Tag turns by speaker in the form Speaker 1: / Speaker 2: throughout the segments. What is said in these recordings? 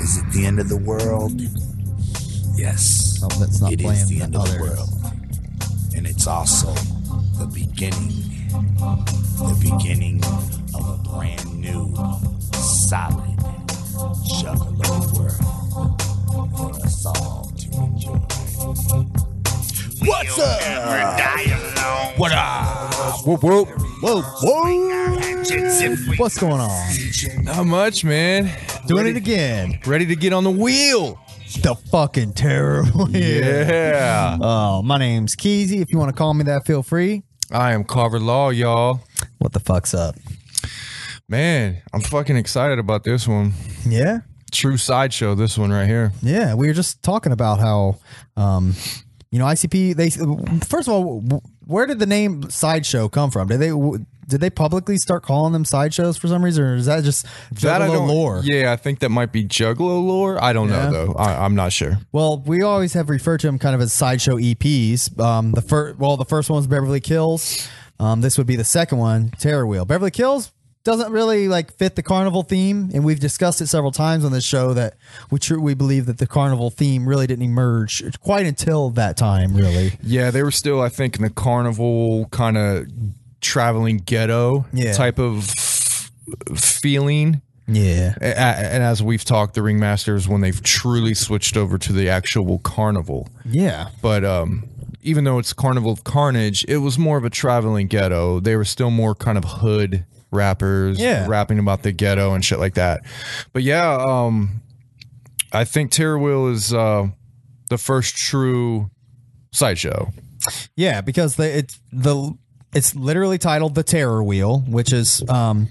Speaker 1: Is it the end of the world? Yes.
Speaker 2: Oh, let's not
Speaker 1: It
Speaker 2: blame
Speaker 1: is the
Speaker 2: the
Speaker 1: end of
Speaker 2: others.
Speaker 1: the world. And it's also the beginning, the beginning of a brand new, solid, juggalo world for us all to enjoy. What's up? What up?
Speaker 2: Whoop, whoop. Whoa,
Speaker 1: whoa.
Speaker 2: What's going on?
Speaker 3: Not much, man.
Speaker 2: Doing
Speaker 3: ready,
Speaker 2: it again.
Speaker 3: Ready to get on the wheel.
Speaker 2: The fucking terrible.
Speaker 3: Yeah.
Speaker 2: Oh, my name's Keezy. If you want to call me that, feel free.
Speaker 3: I am Carver Law, y'all.
Speaker 2: What the fuck's up?
Speaker 3: Man, I'm fucking excited about this one.
Speaker 2: Yeah.
Speaker 3: True sideshow, this one right here.
Speaker 2: Yeah, we were just talking about how, um, you know, ICP. They first of all, where did the name sideshow come from? Did they did they publicly start calling them sideshows for some reason, or is that just
Speaker 3: I
Speaker 2: juggalo
Speaker 3: don't-
Speaker 2: lore?
Speaker 3: Yeah, I think that might be Juggalo lore. I don't
Speaker 2: Yeah.
Speaker 3: know though. I, I'm not sure.
Speaker 2: Well, we always have referred to them kind of as sideshow EPs. Um, the first, well, the first one's Beverly Kills. Um, this would be the second one, Terror Wheel. Beverly Kills doesn't really like fit the carnival theme, and we've discussed it several times on this show that we true we believe that the carnival theme really didn't emerge quite until that time, really.
Speaker 3: Yeah, they were still, I think, in the carnival kind of traveling ghetto
Speaker 2: Yeah.
Speaker 3: type of feeling.
Speaker 2: Yeah,
Speaker 3: A- a- And as we've talked, the ringmasters when they've truly switched over to the actual carnival.
Speaker 2: yeah,
Speaker 3: but um even though it's carnival of carnage it was more of a traveling ghetto they were still more kind of hood rappers
Speaker 2: Yeah.
Speaker 3: rapping about the ghetto and shit like that but yeah um i think terror wheel is uh the first true sideshow
Speaker 2: yeah. Because the it's the it's literally titled the Terror Wheel, which is um,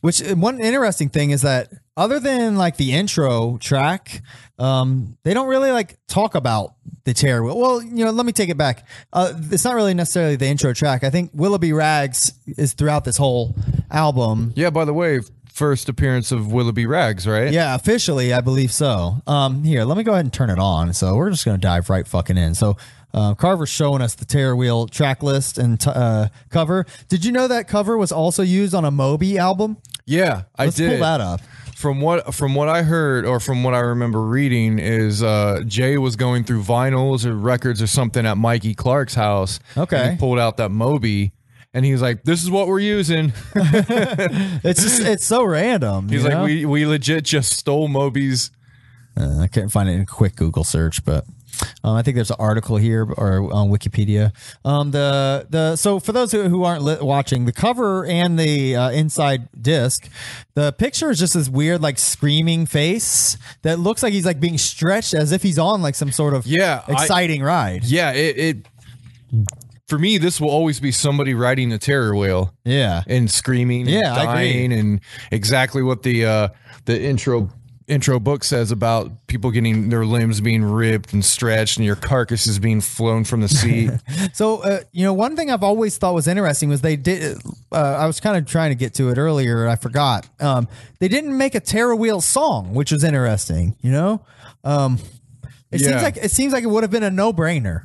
Speaker 2: Which uh, one interesting thing is that other than like the intro track, um, they don't really like talk about the terror. Wheel. Well, you know, let me take it back. Uh, it's not really necessarily the intro track. I think Willoughby Rags is throughout this whole album.
Speaker 3: yeah by the way first appearance of willoughby rags right
Speaker 2: Yeah, officially, I believe so. Um, here, let me go ahead and turn it on. So we're just gonna dive right fucking in. So. Uh, Carver's showing us the Terror Wheel track list and t- uh, cover. Did you know that cover was also used on a Moby album?
Speaker 3: yeah i
Speaker 2: Let's
Speaker 3: did
Speaker 2: pull that up.
Speaker 3: from what from what I heard or from what I remember reading is uh, Jay was going through vinyls or records or something at Mikey Clark's house.
Speaker 2: Okay.
Speaker 3: and he pulled out that Moby, and he was like, "This is what we're using."
Speaker 2: It's just it's so random.
Speaker 3: He's
Speaker 2: you
Speaker 3: like,
Speaker 2: know?
Speaker 3: "We we legit just stole Moby's."
Speaker 2: I couldn't find it in a quick Google search, but um, I think there's an article here or on Wikipedia. Um, the the so for those who, who aren't li- watching, the cover and the uh, inside disc, the picture is just this weird like screaming face that looks like he's like being stretched as if he's on like some sort of
Speaker 3: Yeah, I-
Speaker 2: exciting ride.
Speaker 3: Yeah, it. it for me, this will always be somebody riding the terror wheel
Speaker 2: Yeah,
Speaker 3: and screaming, and
Speaker 2: Yeah, I agree.
Speaker 3: dying, and exactly what the uh, the intro intro book says about people getting their limbs being ripped and stretched, and your carcass is being flown from the seat.
Speaker 2: So uh, you know, one thing I've always thought was interesting was they did. Uh, I was kind of trying to get to it earlier, and I forgot. Um, they didn't make a Terror Wheel song, which was interesting. You know, um, it
Speaker 3: Yeah.
Speaker 2: seems like it seems like it would have been a no brainer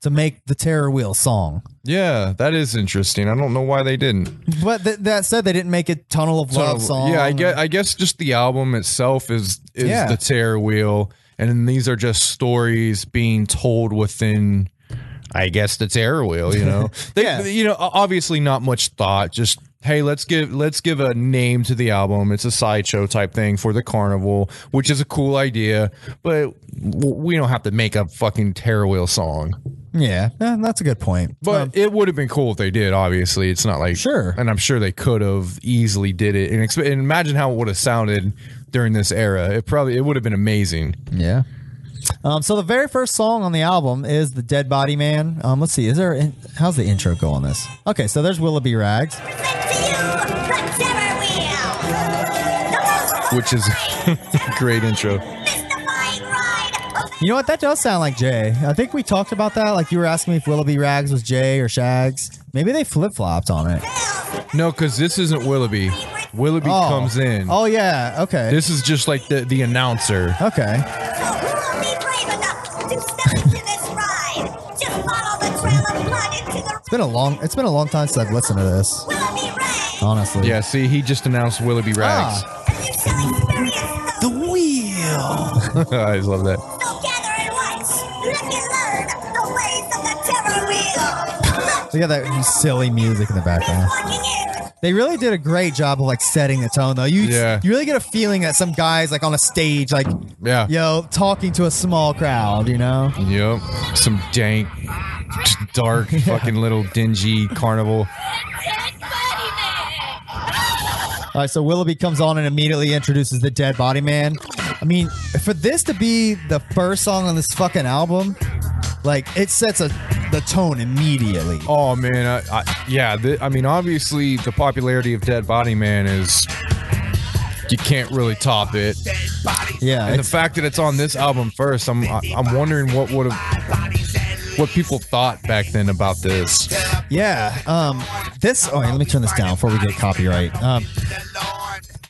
Speaker 2: to make the Terror Wheel song.
Speaker 3: Yeah, that is interesting. I don't know why they didn't.
Speaker 2: But th- that said, they didn't make a Tunnel of Love song.
Speaker 3: yeah, I guess I guess just the album itself is is
Speaker 2: Yeah.
Speaker 3: the tear wheel, and then these are just stories being told within. I guess the tear wheel. You know, they,
Speaker 2: Yeah.
Speaker 3: you know, o- obviously not much thought. Just hey, let's give let's give a name to the album. It's a sideshow type thing for the carnival, which is a cool idea, but w- we don't have to make a fucking tear wheel song.
Speaker 2: Yeah, eh, that's a good point.
Speaker 3: But it would have been cool if they did. Obviously, it's not like
Speaker 2: Um, Sure.
Speaker 3: and I'm sure they could have easily did it. And, exp- and imagine how it would have sounded during this era. It probably it would have been amazing.
Speaker 2: Yeah. Um, so the very first song on the album is the Dead Body Man. Um, let's see, is there? In- how's the intro go on this? Okay, so there's Willoughby Rags.
Speaker 3: Which is great intro.
Speaker 2: You know what? That does sound like Jay. I think we talked about that. Like you were asking me if Willoughby Rags was Jay or Shags. Maybe they flip flopped on it.
Speaker 3: No, because this isn't Willoughby. Willoughby
Speaker 2: Oh.
Speaker 3: comes in.
Speaker 2: Oh yeah. Okay.
Speaker 3: This is just like the the announcer.
Speaker 2: okay. It's been a long. It's been a long time since I've listened to this. Honestly.
Speaker 3: Yeah, see, he just announced Willoughby Rags.
Speaker 2: Ah,
Speaker 1: The wheel.
Speaker 3: I just love that.
Speaker 4: So gather and watch. Look and learn the ways of the terror wheel.
Speaker 2: Look at that silly music in the background.
Speaker 4: Walking in.
Speaker 2: They really did a great job of like setting the tone, though. You
Speaker 3: Yeah.
Speaker 2: you really get a feeling that some guys like on a stage, like
Speaker 3: Yeah.
Speaker 2: yo, talking to a small crowd. You know,
Speaker 3: Yep. Some dank, dark, fucking little dingy carnival.
Speaker 4: Everybody there.
Speaker 2: All right, so Willoughby comes on and immediately introduces the Dead Body Man. I mean, for this to be the first song on this fucking album, like it sets a the tone immediately.
Speaker 3: Oh man, I, I, yeah. Th- I mean, obviously, the popularity of Dead Body Man is you can't really top it.
Speaker 2: Yeah,
Speaker 3: And the
Speaker 2: it's,
Speaker 3: fact that it's on this album first, I'm I, I'm wondering what would have what people thought back then about this.
Speaker 2: yeah. Um, this. Oh, wait, let me turn this down before we get copyright. Um,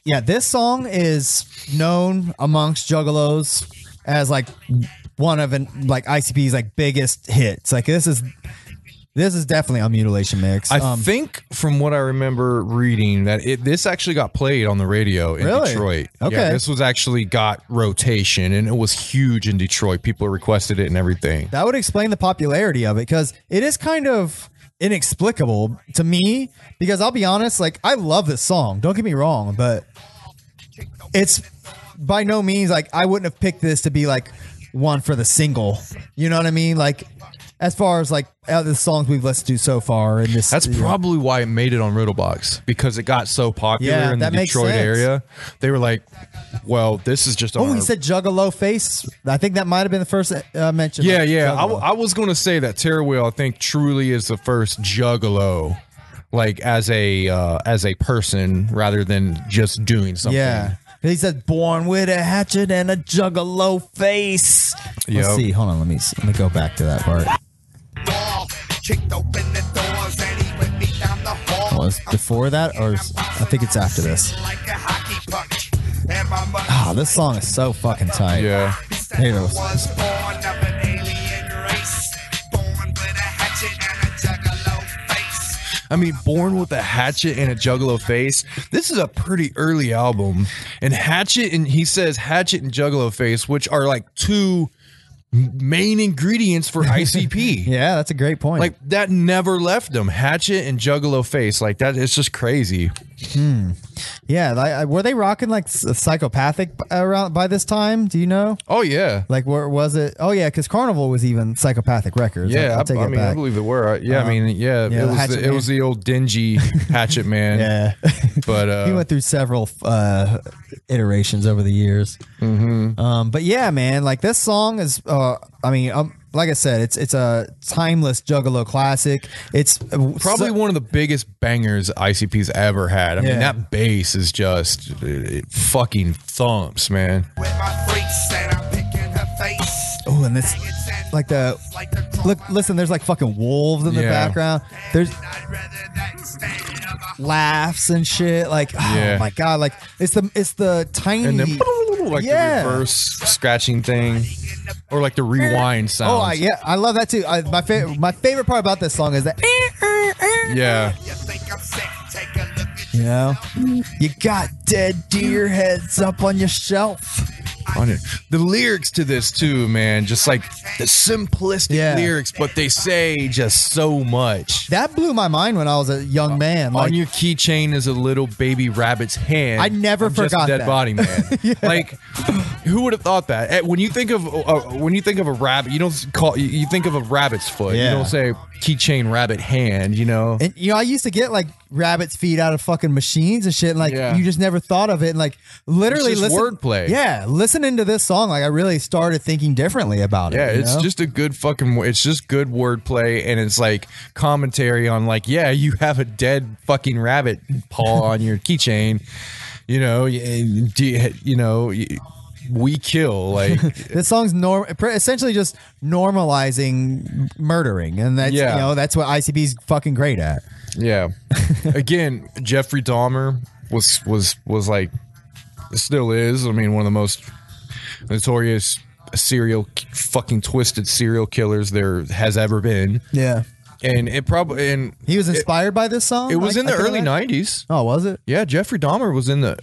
Speaker 2: yeah, this song is known amongst juggalos as like one of an like ICP's like biggest hits. Like this is this is definitely on Mutilation Mix.
Speaker 3: I
Speaker 2: Um,
Speaker 3: think from what I remember reading that it, this actually got played on the radio in
Speaker 2: Really?
Speaker 3: Detroit.
Speaker 2: Okay.
Speaker 3: Yeah, this was actually got rotation and it was huge in Detroit. People requested it and everything.
Speaker 2: that would explain the popularity of it because it is kind of inexplicable to me because i'll be honest like i love this song don't get me wrong but it's by no means like i wouldn't have picked this to be like one for the single you know what i mean like as far as like out of the songs we've listened to so far in this
Speaker 3: That's
Speaker 2: you know.
Speaker 3: probably why it made it on Riddlebox because it got so popular
Speaker 2: Yeah,
Speaker 3: in the
Speaker 2: that makes
Speaker 3: Detroit
Speaker 2: sense.
Speaker 3: area. They were like, "Well, this is just on."
Speaker 2: oh
Speaker 3: our-
Speaker 2: he said juggalo face i think that might have been the first uh, mention
Speaker 3: "Yeah,
Speaker 2: of
Speaker 3: yeah." I, w-
Speaker 2: Juggalo.
Speaker 3: I was gonna say that Terror Wheel, I think, truly is the first Juggalo, like as a uh, as a person rather than just doing something.
Speaker 2: yeah he said born with a hatchet and a juggalo face Let's
Speaker 3: Yep.
Speaker 2: see. Hold on. Let me see. let me go back to that part.
Speaker 5: Kicked open the doors and he went me down the hall.
Speaker 2: Was before that, or is- I think it's after this.
Speaker 5: Like a hockey punch. And my mother
Speaker 2: Ah, this song is so fucking tight.
Speaker 3: yeah.
Speaker 5: said
Speaker 2: Here it
Speaker 5: I
Speaker 2: goes.
Speaker 5: was born of an alien race. Born with a hatchet and a juggalo face.
Speaker 3: I mean, Born with a Hatchet and a Juggalo Face. This is a pretty early album. And Hatchet, and he says Hatchet and Juggalo Face, which are like two main ingredients for ICP.
Speaker 2: Yeah, that's a great point.
Speaker 3: Like that never left them. Hatchet and Juggalo Face. Like that, it's just crazy.
Speaker 2: yeah, like, I- were they rocking like s- psychopathic b- around by this time? Do you know?
Speaker 3: Oh, yeah.
Speaker 2: Like, where was it? Oh yeah, because Carnival was even psychopathic records. I'll-
Speaker 3: Yeah,
Speaker 2: I'll
Speaker 3: I,
Speaker 2: take
Speaker 3: I
Speaker 2: it
Speaker 3: mean, I
Speaker 2: back. Uh-huh.
Speaker 3: believe it were. I- Yeah, I mean,
Speaker 2: yeah,
Speaker 3: yeah, it,
Speaker 2: the
Speaker 3: was
Speaker 2: Hatchet
Speaker 3: the, it was
Speaker 2: Man.
Speaker 3: the old dingy Hatchet Man.
Speaker 2: yeah,
Speaker 3: But uh,
Speaker 2: he went through several uh, iterations over the years. Mm-hmm. Um, but yeah, man, like this song is. Uh, I mean, um, like I said, it's it's a timeless Juggalo classic. It's uh,
Speaker 3: probably one of the biggest bangers ICP's ever had. I
Speaker 2: Yeah.
Speaker 3: mean, that bass is just it fucking thumps, man.
Speaker 5: With my freaks and I'm picking her face.
Speaker 2: Oh, and this,
Speaker 5: Maggots and
Speaker 2: like the
Speaker 5: bugs like the
Speaker 2: look. Listen, there's like fucking wolves in the
Speaker 3: Yeah.
Speaker 2: background. There's
Speaker 5: I'd rather that stand of a
Speaker 2: laughs and shit. Like, oh
Speaker 3: Yeah.
Speaker 2: my god, like it's the it's the tiny.
Speaker 3: And then like
Speaker 2: Yeah.
Speaker 3: the reverse scratching thing, or like the rewind sound.
Speaker 2: oh I, yeah, I love that too. I, my favorite my favorite part about this song is that
Speaker 3: yeah.
Speaker 5: You think I'm sick? Take a look at
Speaker 2: you know you got dead deer heads up on your shelf.
Speaker 3: On it. The lyrics to this too, man, just like the simplistic
Speaker 2: Yeah.
Speaker 3: lyrics, but they say just so much.
Speaker 2: That blew my mind when I was a young man. Like,
Speaker 3: on your keychain is a little baby rabbit's hand.
Speaker 2: I never forgot
Speaker 3: just a dead
Speaker 2: that.
Speaker 3: body man. Like, who would have thought that? Eh, When you think of uh, when you think of a rabbit, you don't call you- you think of a rabbit's foot.
Speaker 2: Yeah.
Speaker 3: You don't say keychain rabbit hand. You know.
Speaker 2: And you know, I used to get like rabbits feet out of fucking machines and shit. And, like
Speaker 3: Yeah.
Speaker 2: you just never thought of it. And like literally,
Speaker 3: It's just
Speaker 2: listen,
Speaker 3: wordplay.
Speaker 2: Yeah, listening to this song, like I really started thinking differently about it.
Speaker 3: yeah,
Speaker 2: you
Speaker 3: it's
Speaker 2: know?
Speaker 3: just a good fucking. It's just good wordplay, and it's like commentary on like, yeah, you have a dead fucking rabbit paw on your keychain. You know, you, you know, y- we kill like.
Speaker 2: this song's norm pre- essentially just normalizing murdering, and that's
Speaker 3: Yeah.
Speaker 2: you know that's what ICB's fucking great at.
Speaker 3: Yeah. Again, Jeffrey Dahmer was was was like still is. I mean, one of the most notorious serial fucking twisted serial killers there has ever been.
Speaker 2: Yeah,
Speaker 3: And it probably and
Speaker 2: he was inspired by this song.
Speaker 3: it was
Speaker 2: Oh, I-
Speaker 3: in
Speaker 2: I
Speaker 3: the
Speaker 2: can
Speaker 3: early
Speaker 2: imagine.
Speaker 3: 90s.
Speaker 2: Oh, was it?
Speaker 3: Yeah, Jeffrey Dahmer was in the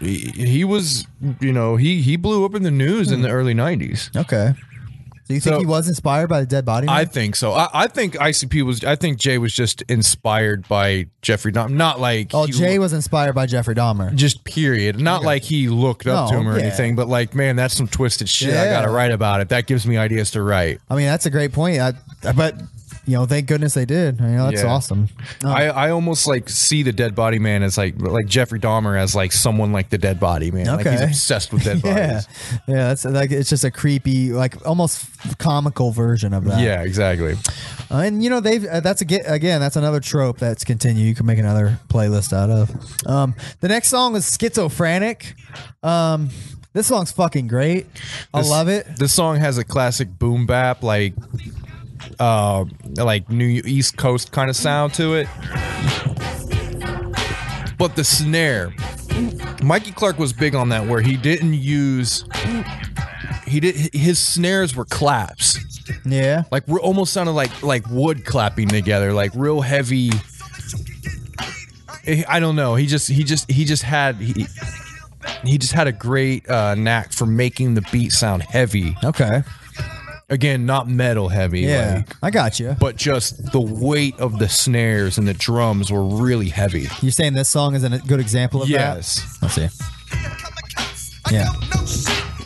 Speaker 3: he, he was, you know, he he blew up in the news
Speaker 2: Hmm.
Speaker 3: in the early '90s.
Speaker 2: Okay. So you think
Speaker 3: So-
Speaker 2: he was inspired by the dead body?
Speaker 3: I
Speaker 2: Man?
Speaker 3: think so. I, I think ICP was. I think Jay was just inspired by Jeffrey Dahmer. Not like
Speaker 2: oh,
Speaker 3: he
Speaker 2: Jay
Speaker 3: loo-
Speaker 2: was inspired by Jeffrey Dahmer.
Speaker 3: just period. Not like he looked up
Speaker 2: No,
Speaker 3: to him or
Speaker 2: yeah.
Speaker 3: anything, but like, man, that's some twisted shit. I
Speaker 2: Yeah.
Speaker 3: got to write about it. That gives me ideas to write.
Speaker 2: I mean, that's a great point. I, I but you know, thank goodness they did. You know, that's
Speaker 3: Yeah.
Speaker 2: awesome. Oh,
Speaker 3: I, I almost like see the dead body man as like like Jeffrey Dahmer as like someone like the dead body man. Like he's
Speaker 2: Okay.
Speaker 3: obsessed with dead
Speaker 2: yeah,
Speaker 3: bodies.
Speaker 2: yeah. That's like it's just a creepy, like almost comical version of that.
Speaker 3: Yeah, exactly.
Speaker 2: Uh, and you know they've uh, that's aga again that's another trope that's continue. You can make another playlist out of. Um, the next song is schizophrenic. Um, this song's fucking great. I
Speaker 3: This-
Speaker 2: love it.
Speaker 3: This song has a classic boom bap like uh like New East Coast kind of sound to it. But the snare Mikey Clark was big on that where he didn't use he did his snares were claps.
Speaker 2: Yeah,
Speaker 3: like re- almost sounded like like wood clapping together, like real heavy. Eh, I don't know. He just he just he just had he, he just had a great uh, knack for making the beat sound heavy.
Speaker 2: Okay.
Speaker 3: Again, not metal heavy.
Speaker 2: Yeah,
Speaker 3: like,
Speaker 2: I got you.
Speaker 3: but just the weight of the snares and the drums were really heavy.
Speaker 2: You're saying this song is a good example of
Speaker 3: Yes.
Speaker 2: that. Let's see. Yeah.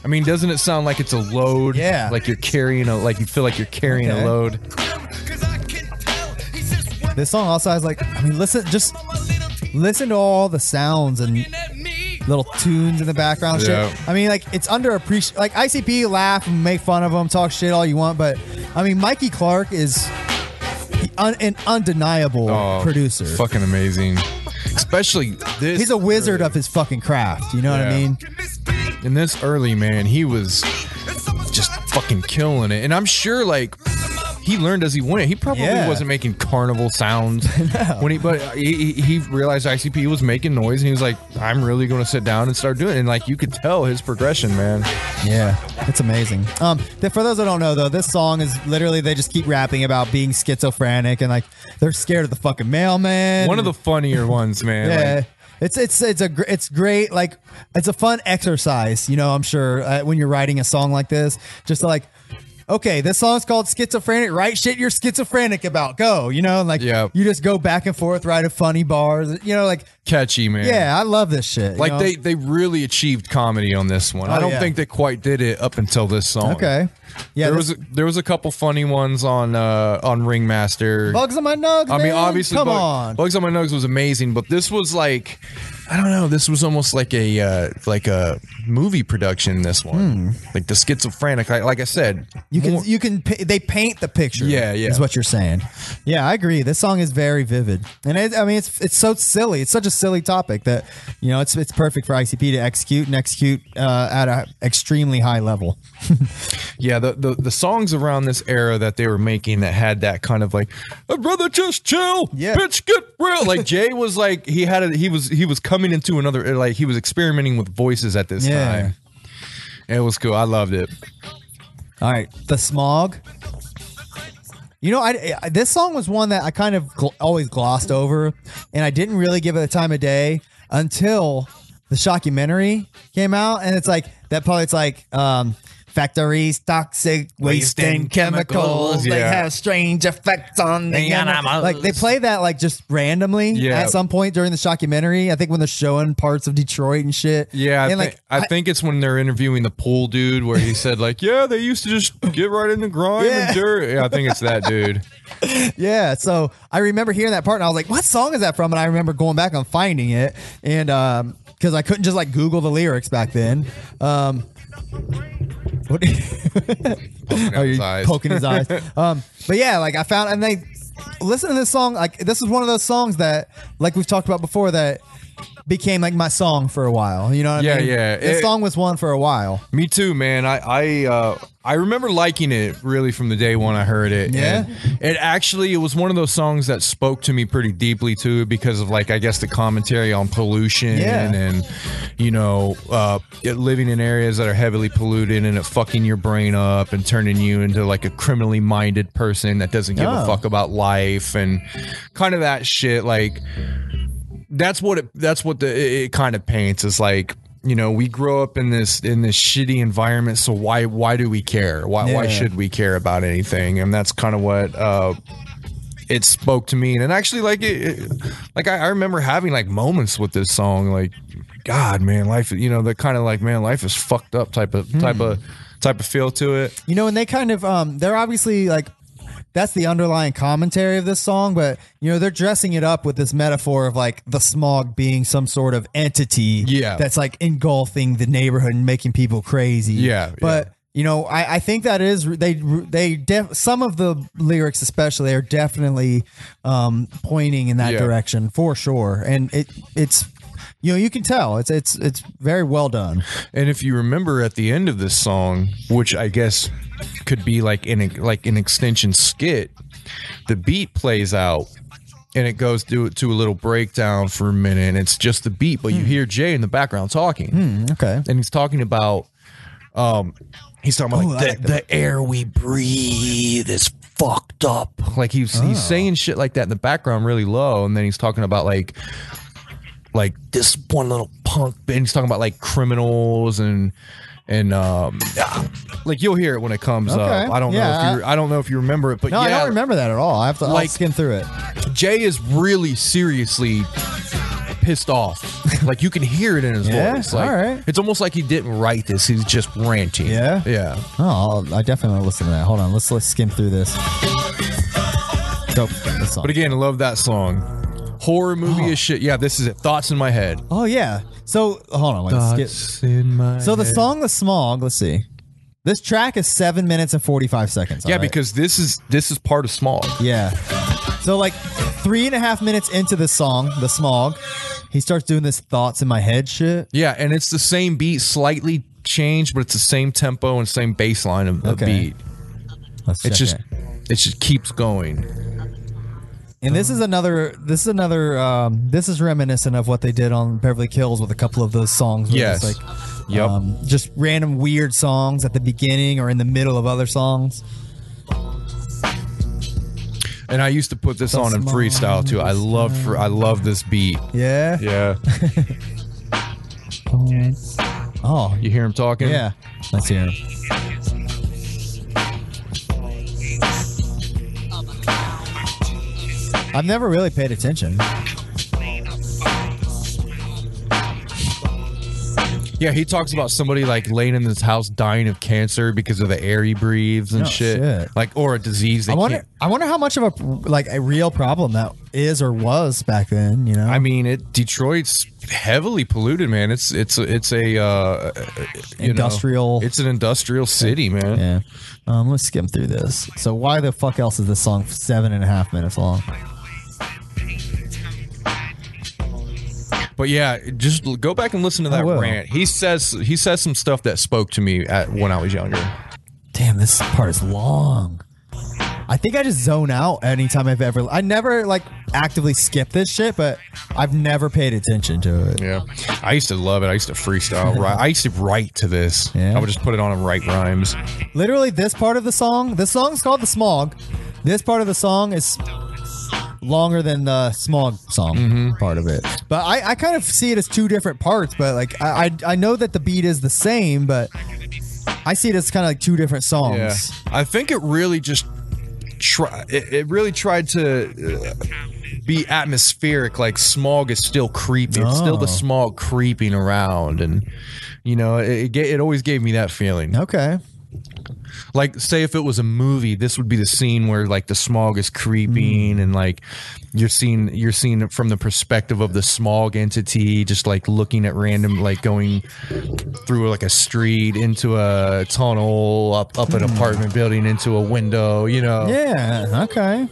Speaker 3: I mean, doesn't it sound like it's a load?
Speaker 2: Yeah.
Speaker 3: Like you're carrying a like you feel like you're carrying
Speaker 2: Okay.
Speaker 3: a load.
Speaker 2: This song also has like I mean listen just listen to all the sounds and little tunes in the background and
Speaker 3: Yeah.
Speaker 2: shit. I mean like it's underappreciated like ICP laugh and make fun of them, talk shit all you want, but I mean Mikey Clark is un- an undeniable
Speaker 3: Oh,
Speaker 2: producer.
Speaker 3: Fucking amazing. Especially this.
Speaker 2: He's a wizard of his fucking craft, you know what
Speaker 3: Yeah.
Speaker 2: I mean?
Speaker 3: in this early man he was just fucking killing it and i'm sure like he learned as he went he probably
Speaker 2: Yeah.
Speaker 3: wasn't making carnival sounds when he but he, he he realized icp was making noise and he was like i'm really gonna sit down and start doing it and like you could tell his progression man
Speaker 2: Yeah, it's amazing. Um, th- for those that don't know, though, this song is literally they just keep rapping about being schizophrenic and like they're scared of the fucking mailman.
Speaker 3: one of the funnier ones man
Speaker 2: yeah.
Speaker 3: Like,
Speaker 2: it's it's it's a gr- it's great like it's a fun exercise you know I'm sure uh, when you're writing a song like this just to, like okay this song's called schizophrenic write shit you're schizophrenic about go you know and like
Speaker 3: Yeah.
Speaker 2: you just go back and forth write a funny bars you know like
Speaker 3: catchy man
Speaker 2: yeah I love this shit you
Speaker 3: like
Speaker 2: know?
Speaker 3: they they really achieved comedy on this one. I
Speaker 2: Oh,
Speaker 3: don't
Speaker 2: yeah.
Speaker 3: think they quite did it up until this song.
Speaker 2: okay yeah
Speaker 3: there
Speaker 2: this-
Speaker 3: was a, there was a couple funny ones on uh on Ringmaster.
Speaker 2: bugs on my nugs
Speaker 3: I mean,
Speaker 2: man.
Speaker 3: obviously,
Speaker 2: come
Speaker 3: Bug-
Speaker 2: on
Speaker 3: Bugs on My Nugs was amazing, but this was like, I don't know, this was almost like a uh, like a movie production. This one,
Speaker 2: Hmm.
Speaker 3: like the schizophrenic, like, like I said,
Speaker 2: You can
Speaker 3: more-
Speaker 2: you can pa- they paint the picture.
Speaker 3: Yeah, yeah.
Speaker 2: is what you're saying. Yeah, I agree. This song is very vivid, and it, I mean it's it's so silly. It's such a silly topic that you know it's it's perfect for ICP to execute and execute uh, at an extremely high level.
Speaker 3: yeah, the, the the songs around this era that they were making that had that kind of like, "Uh, brother, just chill,
Speaker 2: Yeah.
Speaker 3: bitch, get real. Like Jay was like he had a, he was he was coming into another like he was experimenting with voices at this
Speaker 2: Yeah.
Speaker 3: time. It was cool. I loved it.
Speaker 2: All right, the smog. You know, I, I- this song was one that I kind of gl- always glossed over, and I didn't really give it the time of day until the shockumentary came out, and it's like that part. It's like um, factories, toxic wasting chemicals. They
Speaker 3: Yeah.
Speaker 2: have strange effects on the
Speaker 3: Yeah,
Speaker 2: animals. Like they play that like just randomly
Speaker 3: Yeah.
Speaker 2: at some point during the shockumentary. I think when they're showing parts of Detroit and shit.
Speaker 3: Yeah, I,
Speaker 2: and
Speaker 3: thi- I, think it's when they're interviewing the pool dude where he said like, "Yeah, they used to just get right in the grime
Speaker 2: Yeah.
Speaker 3: and dirt." Yeah, I think it's that dude.
Speaker 2: Yeah, so I remember hearing that part and I was like, what song is that from? And I remember going back and finding it. And um, because I couldn't just like Google the lyrics back then. Um, what?
Speaker 3: Oh,
Speaker 2: You're poking his eyes. Um, but yeah, like I found, and they listen to this song. Like this is one of those songs that, like we've talked about before, that became like my song for a while. You know what
Speaker 3: Yeah,
Speaker 2: I mean?
Speaker 3: yeah.
Speaker 2: This
Speaker 3: It-
Speaker 2: song was one for a while.
Speaker 3: Me too, man. I I uh, I remember liking it really from the day when I heard it.
Speaker 2: Yeah?
Speaker 3: And it actually it was one of those songs that spoke to me pretty deeply too because of like I guess the commentary on pollution
Speaker 2: Yeah.
Speaker 3: and you know uh, it- living in areas that are heavily polluted and it fucking your brain up and turning you into like a criminally minded person that doesn't give a
Speaker 2: Oh.
Speaker 3: fuck about life and kind of that shit like that's what it that's what the it, it kind of paints is like you know we grow up in this in this shitty environment so why why do we care why why
Speaker 2: Yeah.
Speaker 3: should we care about anything and that's kind of what uh it spoke to me and, and actually like it, it- like I, I remember having like moments with this song like god man life you know the kind of like man life is fucked up type of type of type of feel to it
Speaker 2: You know, and they kind of um they're obviously like that's the underlying commentary of this song, but you know, they're dressing it up with this metaphor of like the smog being some sort of entity
Speaker 3: Yeah.
Speaker 2: that's like engulfing the neighborhood and making people crazy.
Speaker 3: Yeah,
Speaker 2: But
Speaker 3: yeah.
Speaker 2: you know, I, I think that is they they def, some of the lyrics especially are definitely um pointing in that
Speaker 3: Yeah.
Speaker 2: direction for sure. And it it's you know, you can tell it's it's it's very well done.
Speaker 3: And if you remember at the end of this song, which I guess could be like in like an extension skit, the beat plays out and it goes to to a little breakdown for a minute and it's just the beat, but you hear Jay in the background talking.
Speaker 2: Okay.
Speaker 3: And he's talking about um he's talking about like, the, the air we breathe is fucked up. Like he's
Speaker 2: Oh.
Speaker 3: he's saying shit like that in the background really low and then he's talking about like like this one little punk and he's talking about like criminals and and um like you'll hear it when it comes
Speaker 2: Okay.
Speaker 3: up. I don't know
Speaker 2: Yeah,
Speaker 3: if you I don't know if you remember it, but
Speaker 2: No,
Speaker 3: yeah,
Speaker 2: I don't remember that at all. I have to I'll
Speaker 3: Like-
Speaker 2: skim through it.
Speaker 3: Jay is really seriously pissed off. like you can hear it in his
Speaker 2: Yeah,
Speaker 3: voice. Like,
Speaker 2: all right.
Speaker 3: It's almost like he didn't write this. He's just ranting.
Speaker 2: Yeah?
Speaker 3: Yeah.
Speaker 2: Oh, I'll, I definitely want to listen to that. Hold on, let's let's skim through this. Go. That's all.
Speaker 3: But again, I love that song. Horror movie is shit. Yeah, this is it. Thoughts in my head.
Speaker 2: oh yeah. So hold on, wait, skip.
Speaker 3: in my
Speaker 2: So the song "The Smog." Let's see. This track is seven minutes and forty-five seconds.
Speaker 3: Yeah,
Speaker 2: all right?
Speaker 3: because this is this is part of small.
Speaker 2: yeah. So like three and a half minutes into the song, "The Smog," he starts doing this thoughts in my head shit.
Speaker 3: Yeah, and it's the same beat, slightly changed, but it's the same tempo and same bass line of the
Speaker 2: Okay.
Speaker 3: beat.
Speaker 2: Let's
Speaker 3: It
Speaker 2: check
Speaker 3: just
Speaker 2: it.
Speaker 3: it just keeps going.
Speaker 2: And this is another. This is another. Um, this is reminiscent of what they did on Beverly Hills with a couple of those songs. where it's
Speaker 3: Yes.
Speaker 2: like
Speaker 3: yep.
Speaker 2: Um, just random weird songs at the beginning or in the middle of other songs.
Speaker 3: And I used to put this on in freestyle too. I love for I love this beat.
Speaker 2: Yeah.
Speaker 3: Yeah.
Speaker 2: Oh,
Speaker 3: You hear him talking?
Speaker 2: yeah. Let's hear it. I've never really paid attention.
Speaker 3: Yeah, he talks about somebody like laying in this house dying of cancer because of the air he breathes and
Speaker 2: Oh,
Speaker 3: shit.
Speaker 2: shit.
Speaker 3: Like or a disease they
Speaker 2: I wonder.
Speaker 3: can't
Speaker 2: I wonder how much of a like a real problem that is or was back then. You know.
Speaker 3: I mean, it Detroit's heavily polluted, man. It's it's it's a uh, you know,
Speaker 2: Industrial-
Speaker 3: it's an industrial city, man.
Speaker 2: yeah. Um, let's skim through this. So why the fuck else is this song seven and a half minutes long?
Speaker 3: But yeah, just l- go back and listen to that
Speaker 2: will.
Speaker 3: rant. He says he says some stuff that spoke to me at when I was younger.
Speaker 2: Damn, this part is long. I think I just zone out anytime I've ever. I never like actively skip this shit, but I've never paid attention to it.
Speaker 3: Yeah, I used to love it. I used to freestyle. Right, I used to write to this.
Speaker 2: Yeah.
Speaker 3: I would just put it on and write rhymes.
Speaker 2: Literally, this part of the song. This song's called "The Smog." This part of the song is longer than the smog song part of it. But I, I kind of see it as two different parts. But like I, I, I know that the beat is the same, but I see it as kind of like two different songs.
Speaker 3: Yeah, I think it really just try. It, it really tried to uh, be atmospheric. Like smog is still creeping. It's still
Speaker 2: Oh.
Speaker 3: the smog creeping around, and you know, it it, ga- it always gave me that feeling.
Speaker 2: Okay.
Speaker 3: Like, say if it was a movie, this would be the scene where like the smog is creeping,
Speaker 2: Mm.
Speaker 3: and like you're seeing you're seeing it from the perspective of the smog entity, just like looking at random, like going through like a street into a tunnel, up up an apartment building into a window, you know.
Speaker 2: Hmm. Yeah. Okay.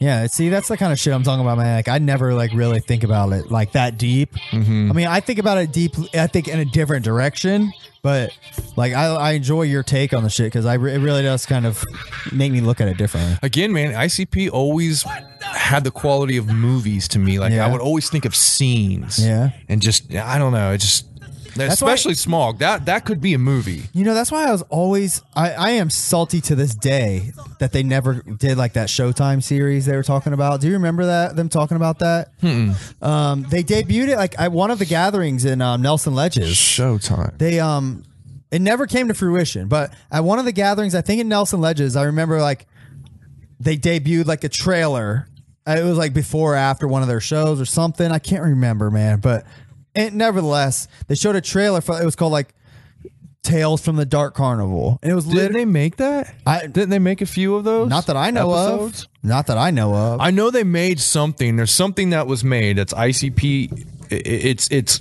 Speaker 2: Yeah. See, that's the kind of shit I'm talking about, man. Like, I never like really think about it like that deep. I mean, I think about it deep. I think in a different direction, but like, I, I enjoy your take on the shit because I re- it really does kind of make me look at it differently.
Speaker 3: Again, man, ICP always had the quality of movies to me. Like
Speaker 2: Yeah.
Speaker 3: I would always think of scenes.
Speaker 2: Yeah.
Speaker 3: And just I don't know, it just
Speaker 2: why-
Speaker 3: especially Smog. That that could be a movie.
Speaker 2: You know, that's why I was always I, I am salty to this day that they never did like that Showtime series they were talking about. Do you remember that them talking about that? Um, they debuted it like at one of the gatherings in um, Nelson Ledges.
Speaker 3: Showtime.
Speaker 2: They um, it never came to fruition, but at one of the gatherings, I think in Nelson Ledges, I remember like they debuted like a trailer. Uh, It was like before or after one of their shows or something. I can't remember, man. But it, nevertheless, they showed a trailer for it was called like Tales from the Dark Carnival, and it was
Speaker 3: Didn't
Speaker 2: literally
Speaker 3: they make that?
Speaker 2: I-
Speaker 3: Didn't they make a few of those?
Speaker 2: not that I know
Speaker 3: episodes?
Speaker 2: of. Not that I know of.
Speaker 3: I know they made something. There's something that was made. It's ICP. i- i- It's it's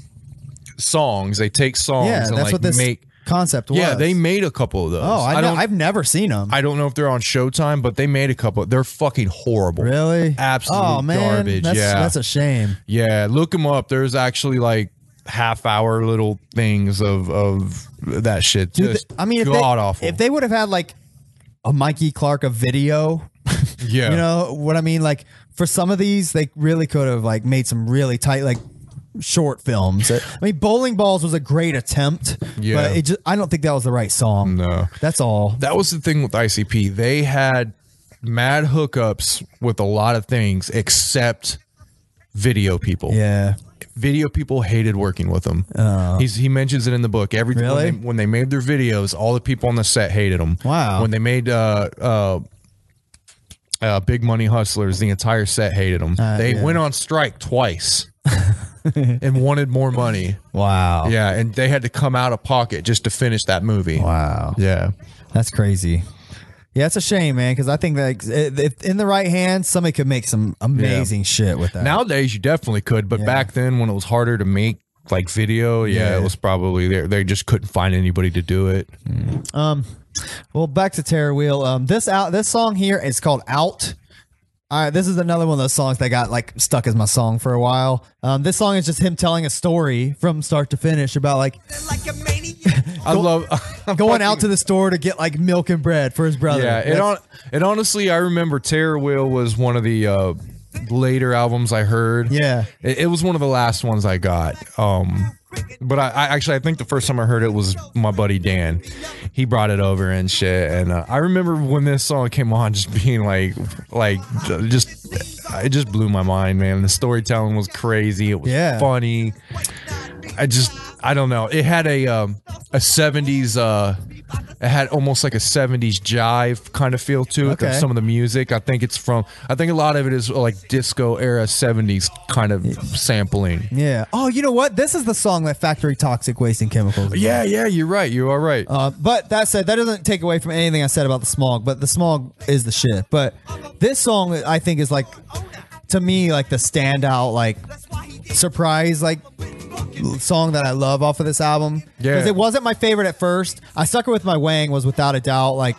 Speaker 3: songs. They take songs
Speaker 2: yeah, that's
Speaker 3: and like
Speaker 2: what this
Speaker 3: make.
Speaker 2: concept was.
Speaker 3: Yeah, they made a couple of those.
Speaker 2: Oh, I, know,
Speaker 3: don't.
Speaker 2: I've never seen them.
Speaker 3: I don't know if they're on Showtime, but they made a couple. They're fucking horrible.
Speaker 2: really?
Speaker 3: Absolute
Speaker 2: oh man,
Speaker 3: garbage.
Speaker 2: That's,
Speaker 3: yeah,
Speaker 2: that's a shame.
Speaker 3: yeah. Look them up. There's actually like half hour little things of of that shit.
Speaker 2: Dude,
Speaker 3: Just
Speaker 2: I mean, if they,
Speaker 3: god awful.
Speaker 2: if they would have had like a Mikey Clark of video,
Speaker 3: yeah,
Speaker 2: you know what I mean? Like for some of these, they really could have like made some really tight like short films. I mean, Bowling Balls was a great attempt,
Speaker 3: Yeah.
Speaker 2: but it just I don't think that was the right song.
Speaker 3: No.
Speaker 2: that's all.
Speaker 3: that was the thing with ICP. They had mad hookups with a lot of things except video people.
Speaker 2: yeah, Oh.
Speaker 3: Video people hated working with them. He's, he mentions it in the book. Every when,
Speaker 2: Really?
Speaker 3: they, when they made their videos, all the people on the set hated them.
Speaker 2: Wow.
Speaker 3: When they made uh, uh, uh, Big Money Hustlers, the entire set hated them.
Speaker 2: Uh,
Speaker 3: they
Speaker 2: yeah.
Speaker 3: went on strike twice and wanted more money.
Speaker 2: wow,
Speaker 3: Yeah, and they had to come out of pocket just to finish that movie.
Speaker 2: wow,
Speaker 3: Yeah.
Speaker 2: that's crazy. Yeah, it's a shame, man, because I think that like, if if in the right hands, somebody could make some amazing shit with that.
Speaker 3: Nowadays, you definitely could, but
Speaker 2: Yeah.
Speaker 3: back then, when it was harder to make like video, yeah,
Speaker 2: Yeah.
Speaker 3: it was probably there. They just couldn't find anybody to do it.
Speaker 2: Well, back to Terror Wheel. Um, this out this song here is called Out. All right, this is another one of those songs that got like stuck as my song for a while. Um, this song is just him telling a story from start to finish about like
Speaker 5: Like a maniac.
Speaker 3: I love.
Speaker 2: going out to the store to get like milk and bread for his brother.
Speaker 3: yeah, it
Speaker 2: That's-
Speaker 3: on it honestly. I remember Terror Wheel was one of the uh, later albums I heard.
Speaker 2: Yeah.
Speaker 3: it, it was one of the last ones I got. Um, but I, I actually I think the first time I heard it was my buddy Dan. He brought it over and shit, and uh, I remember when this song came on, just being like, like j- just. It just blew my mind, man. The storytelling was crazy. It was
Speaker 2: Yeah.
Speaker 3: funny. I just I don't know. It had a um a seventies uh it had almost like a seventies jive kind of feel to it.
Speaker 2: Okay.
Speaker 3: Some of the music. I think it's from I think a lot of it is like disco era seventies kind of sampling.
Speaker 2: yeah. Oh, you know what? This is the song that Factory Toxic Waste and Chemicals. is
Speaker 3: Yeah, yeah, you're right. You are right.
Speaker 2: Uh, but that said, that doesn't take away from anything I said about the smog. But the smog is the shit. But this song, I think, is like to me like the standout like surprise like l- song that I love off of this album.
Speaker 3: Yeah.
Speaker 2: because it wasn't my favorite at first. I sucker with my Wang was without a doubt like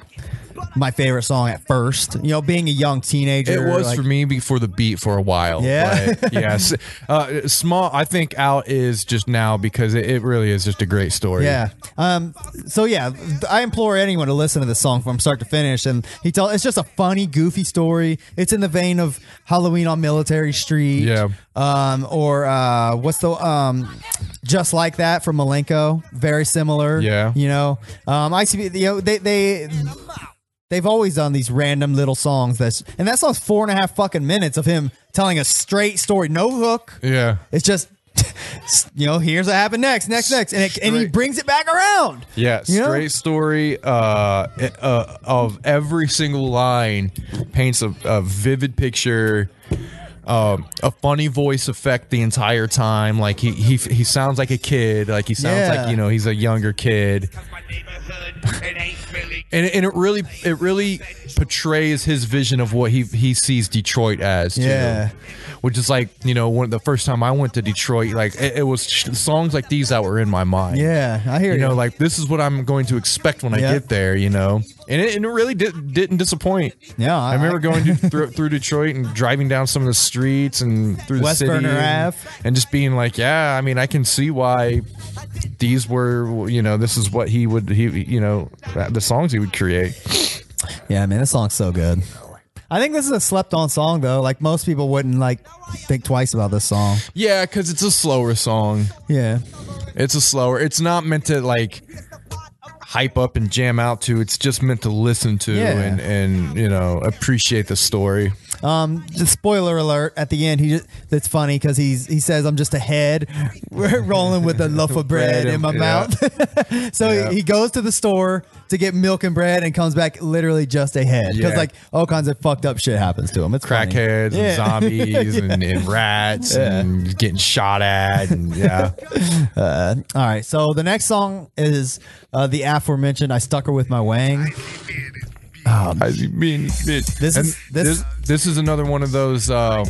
Speaker 2: my favorite song at first. You know, being a young
Speaker 3: it
Speaker 2: teenager,
Speaker 3: was
Speaker 2: like-
Speaker 3: for me before the beat for a while.
Speaker 2: Yeah.
Speaker 3: but yes. Uh, small. I think out is just now because it, it really is just a great story.
Speaker 2: Yeah. Um. So yeah, I implore anyone to listen to this song from start to finish. And he tell it's just a funny, goofy story. It's in the vein of Halloween on Military Street.
Speaker 3: Yeah.
Speaker 2: Um. Or uh, what's the um, just like that from Malenko. Very similar.
Speaker 3: Yeah.
Speaker 2: You know. Um. ICB. You know they they. They've always done these random little songs. That's and that song's four and a half fucking minutes of him telling a straight story, no hook.
Speaker 3: Yeah.
Speaker 2: It's just you know, here's what happened next, next, next, and it, and he
Speaker 3: Straight-
Speaker 2: brings it back around.
Speaker 3: Yeah,
Speaker 2: You know?
Speaker 3: straight story uh, uh, of every single line paints a, a vivid picture, um, a funny voice effect the entire time. Like he he, he sounds like a kid. Like he sounds
Speaker 2: Yeah.
Speaker 3: like you know he's a younger kid,
Speaker 5: My neighborhood, it ain't really
Speaker 3: and and it really it really portrays his vision of what he he sees Detroit as. too.
Speaker 2: Yeah.
Speaker 3: which is like you know one the first time I went to Detroit, like it, it was sh- songs like these that were in my mind
Speaker 2: Yeah, I hear
Speaker 3: you
Speaker 2: you.
Speaker 3: know like this is what i'm going to expect when i
Speaker 2: Yeah.
Speaker 3: get there you know and it, and it really did, didn't disappoint
Speaker 2: yeah,
Speaker 3: I, remember going to, through, through Detroit and driving down some of the streets and through the
Speaker 2: West
Speaker 3: city
Speaker 2: Burner
Speaker 3: and,
Speaker 2: Ave.
Speaker 3: and just being like, yeah, I mean, I can see why these were, you know, this is what he uh, would, he, you know, the songs he would create.
Speaker 2: yeah, man, this song's so good. I think this is a slept on song though. Like most people wouldn't like think twice about this song.
Speaker 3: Yeah, because it's a slower song.
Speaker 2: Yeah.
Speaker 3: It's a slower. It's not meant to like hype up and jam out to. It's just meant to listen to
Speaker 2: Yeah.
Speaker 3: and and you know appreciate the story.
Speaker 2: Um, just spoiler alert at the end. He just, that's funny because he's he says I'm just a head rolling with a loaf of bread,
Speaker 3: Bread
Speaker 2: in
Speaker 3: and-
Speaker 2: my
Speaker 3: yeah.
Speaker 2: mouth. so
Speaker 3: Yeah.
Speaker 2: he, he goes to the store to get milk and bread and comes back literally just a head because
Speaker 3: Yeah.
Speaker 2: like all kinds of fucked up shit happens to him. It's funny.
Speaker 3: Crackheads
Speaker 2: Yeah.
Speaker 3: and zombies and, and rats and getting shot at and yeah.
Speaker 2: All right, so the next song is uh, the aforementioned "I Stuck Her with My Wang."
Speaker 3: I mean, it-
Speaker 2: This
Speaker 3: and
Speaker 2: is- this-
Speaker 3: this this is another one of those uh,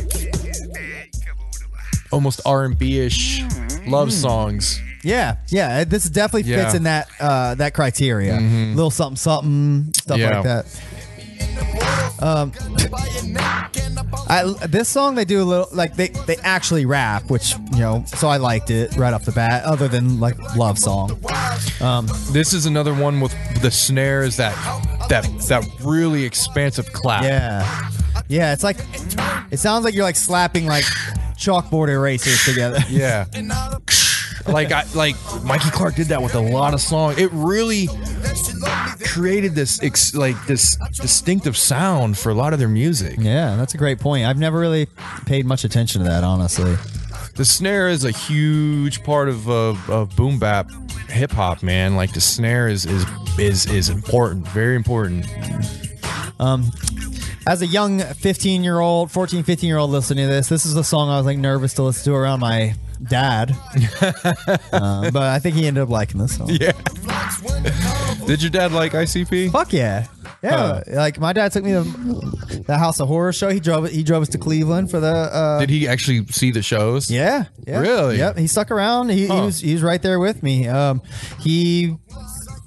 Speaker 3: almost R and B ish
Speaker 2: Mm-hmm.
Speaker 3: love songs.
Speaker 2: Yeah, yeah. uh, Mm-hmm. This definitely
Speaker 3: Yeah.
Speaker 2: fits in that uh, that criteria. Little something, something stuff
Speaker 3: Yeah.
Speaker 2: like that. Um, I this song they do a little like they they actually rap, which you know, so I liked it right off the bat. Other than like love song,
Speaker 3: This is another one with the snares that that that really expansive clap.
Speaker 2: yeah, yeah. It's like it sounds like you're like slapping like chalkboard erasers together.
Speaker 3: Yeah. like I like Mikey Clark did that with a lot of songs. It really created this ex, like this distinctive sound for a lot of their music.
Speaker 2: yeah, that's a great point. I've never really paid much attention to that, honestly.
Speaker 3: The snare is a huge part of of, of boom bap hip hop, man. Like the snare is is is is important, very important.
Speaker 2: as a young 15 year old 14 15 year old listening to this this is a song i was like nervous to listen to around my dad Uh, but i think he ended up liking this song
Speaker 3: Yeah. Did your dad like ICP?
Speaker 2: fuck yeah yeah
Speaker 3: Huh.
Speaker 2: like my dad took me to the house of horror show he drove he drove us to cleveland for the uh
Speaker 3: Did he actually see the shows?
Speaker 2: yeah, yeah.
Speaker 3: Really?
Speaker 2: Yep. He stuck around. He, he
Speaker 3: Huh.
Speaker 2: was he was right there with me. Um, he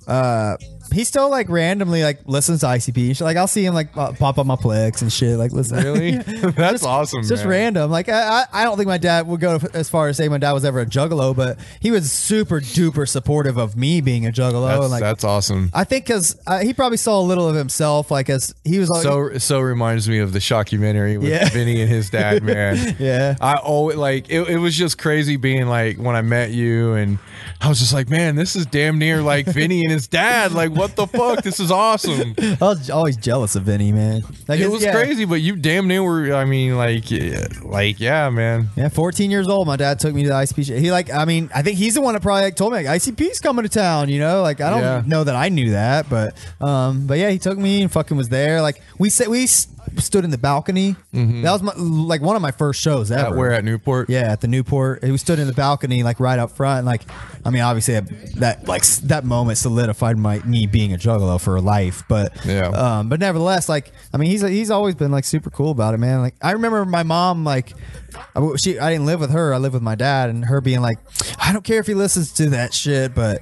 Speaker 2: uh he still like randomly like listens to ICP. and shit. Like I'll see him like pop pop on my Plex and shit. Like listen.
Speaker 3: Really? That's awesome.
Speaker 2: It's just
Speaker 3: man.
Speaker 2: random. Like I, I I don't think my dad would go as far as saying my dad was ever a juggalo, but he was super duper supportive of me being a juggalo.
Speaker 3: That's,
Speaker 2: and like
Speaker 3: that's awesome.
Speaker 2: I think because uh, he probably saw a little of himself, like as he was like,
Speaker 3: so so reminds me of the shockumentary with
Speaker 2: Yeah.
Speaker 3: Vinny and his dad, man.
Speaker 2: Yeah.
Speaker 3: I always like it, it was just crazy being like when I met you and I was just like, man, this is damn near like Vinny and his dad. Like, what the fuck? This is awesome.
Speaker 2: I was always jealous of Vinny, man. Like
Speaker 3: It
Speaker 2: his-
Speaker 3: was
Speaker 2: yeah.
Speaker 3: crazy, but you damn near were I mean, like yeah, like yeah, man.
Speaker 2: Yeah, 14 years old, my dad took me to the ICP. show. He like, I mean, I think he's the one that probably like, told me like ICP's coming to town. You know, like I don't
Speaker 3: Yeah.
Speaker 2: know that I knew that, but um, but yeah, he took me and fucking was there. Like we said, we s- stood in the balcony. That was my like one of my first shows ever.
Speaker 3: Mm-hmm. At, where at Newport?
Speaker 2: Yeah, at the Newport. We stood in the balcony, like right up front. and, Like, I mean, obviously that, that like s- that moment solidified my me being a juggalo for life. But
Speaker 3: Yeah.
Speaker 2: um, but nevertheless, like, I mean, he's he's always been like super cool about it, man. Like, I remember my mom, like, I, w- she I didn't live with her. I lived with my dad, and her being like, I don't care if he listens to that shit, but.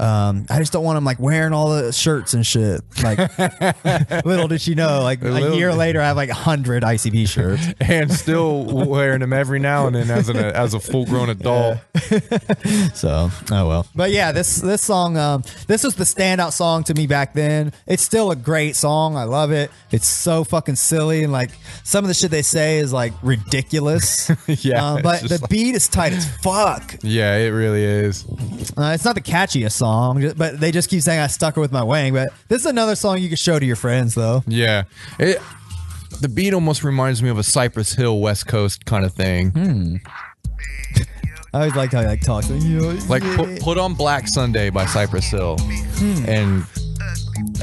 Speaker 2: Um, I just don't want him like wearing all the shirts and shit. Like, little did she know, like a
Speaker 3: Little-
Speaker 2: year later, I have like a hundred ICB shirts.
Speaker 3: And still wearing them every now and then as an as a full grown adult.
Speaker 2: So oh well. But yeah, this this song, um, this was the standout song to me back then. It's still a great song. I love it. It's so fucking silly and like some of the shit they say is like ridiculous.
Speaker 3: Yeah,
Speaker 2: Uh,
Speaker 3: it's
Speaker 2: but
Speaker 3: just
Speaker 2: the
Speaker 3: like-
Speaker 2: beat is tight as fuck.
Speaker 3: Yeah, it really is.
Speaker 2: Uh, it's not the catchiest song, ju- but they just keep saying I stuck her with my wang. But this is another song you can show to your friends though.
Speaker 3: Yeah. It, the beat almost reminds me of a Cypress Hill West Coast kind of thing.
Speaker 2: I always liked how he like talks. Like, you know,
Speaker 3: Like
Speaker 2: yeah.
Speaker 3: put, put on Black Sunday by Cypress Hill.
Speaker 2: Hmm.
Speaker 3: And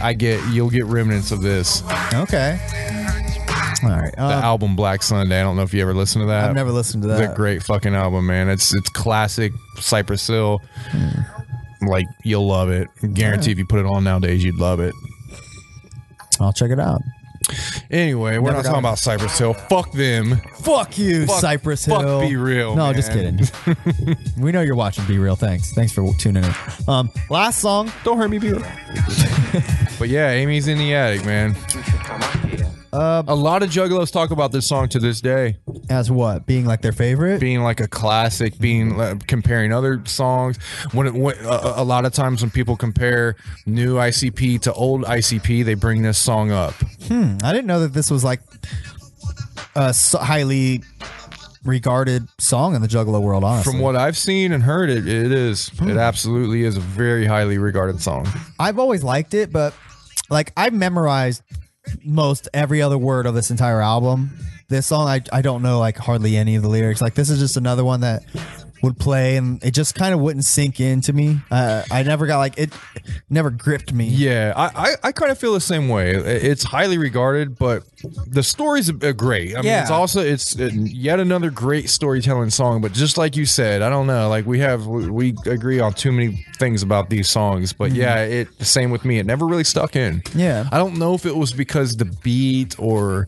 Speaker 3: I get you'll get remnants of this.
Speaker 2: Uh-huh.
Speaker 3: The
Speaker 2: okay. All right. Um,
Speaker 3: album Black Sunday. I don't know if you ever listened to that.
Speaker 2: I've never listened to that.
Speaker 3: It's a great fucking album, man. It's it's classic Cypress Hill.
Speaker 2: Hmm.
Speaker 3: Like you'll love it. Guarantee if you put it on nowadays, you'd love it.
Speaker 2: I'll check it out.
Speaker 3: Anyway, we're
Speaker 2: Never got
Speaker 3: not talking
Speaker 2: it.
Speaker 3: about Cypress Hill. Fuck them.
Speaker 2: Fuck you,
Speaker 3: Fuck-
Speaker 2: Cypress Hill.
Speaker 3: fuck Be Real,
Speaker 2: No, just
Speaker 3: man.
Speaker 2: kidding. we know you're watching. Be real. Thanks. Thanks for tuning in. Um, last song.
Speaker 3: Don't hurt me, Bill. but yeah, Amy's
Speaker 2: Uh,
Speaker 3: in the attic, man. A lot of juggalos talk about this song to this day.
Speaker 2: As what? Being like their favorite?
Speaker 3: being like a classic, being uh, comparing other songs. When, it, when uh, a lot of times when people compare new ICP to old ICP, they bring this song up.
Speaker 2: I didn't know that this was like a s- highly regarded song in the Juggalo world. Honestly,
Speaker 3: From what I've seen and heard, it, it is. It absolutely is a very highly regarded song.
Speaker 2: I've always liked it, but like I memorized most every other word of this entire album. This song, I, I don't know like hardly any of the lyrics. Like this is just another one that would play, and it just kind of wouldn't sink into me. Uh, I never got like it, never gripped me.
Speaker 3: Yeah, I, I, I kind of feel the same way. I- It's highly regarded, but the stories are great. I mean,
Speaker 2: Yeah.
Speaker 3: it's also it's uh, yet another great storytelling song. But just like you said, I don't know. Like we have we we agree on too many things about these songs. But yeah, it same with me. It never really stuck in.
Speaker 2: Yeah.
Speaker 3: I don't know if it was because the beat or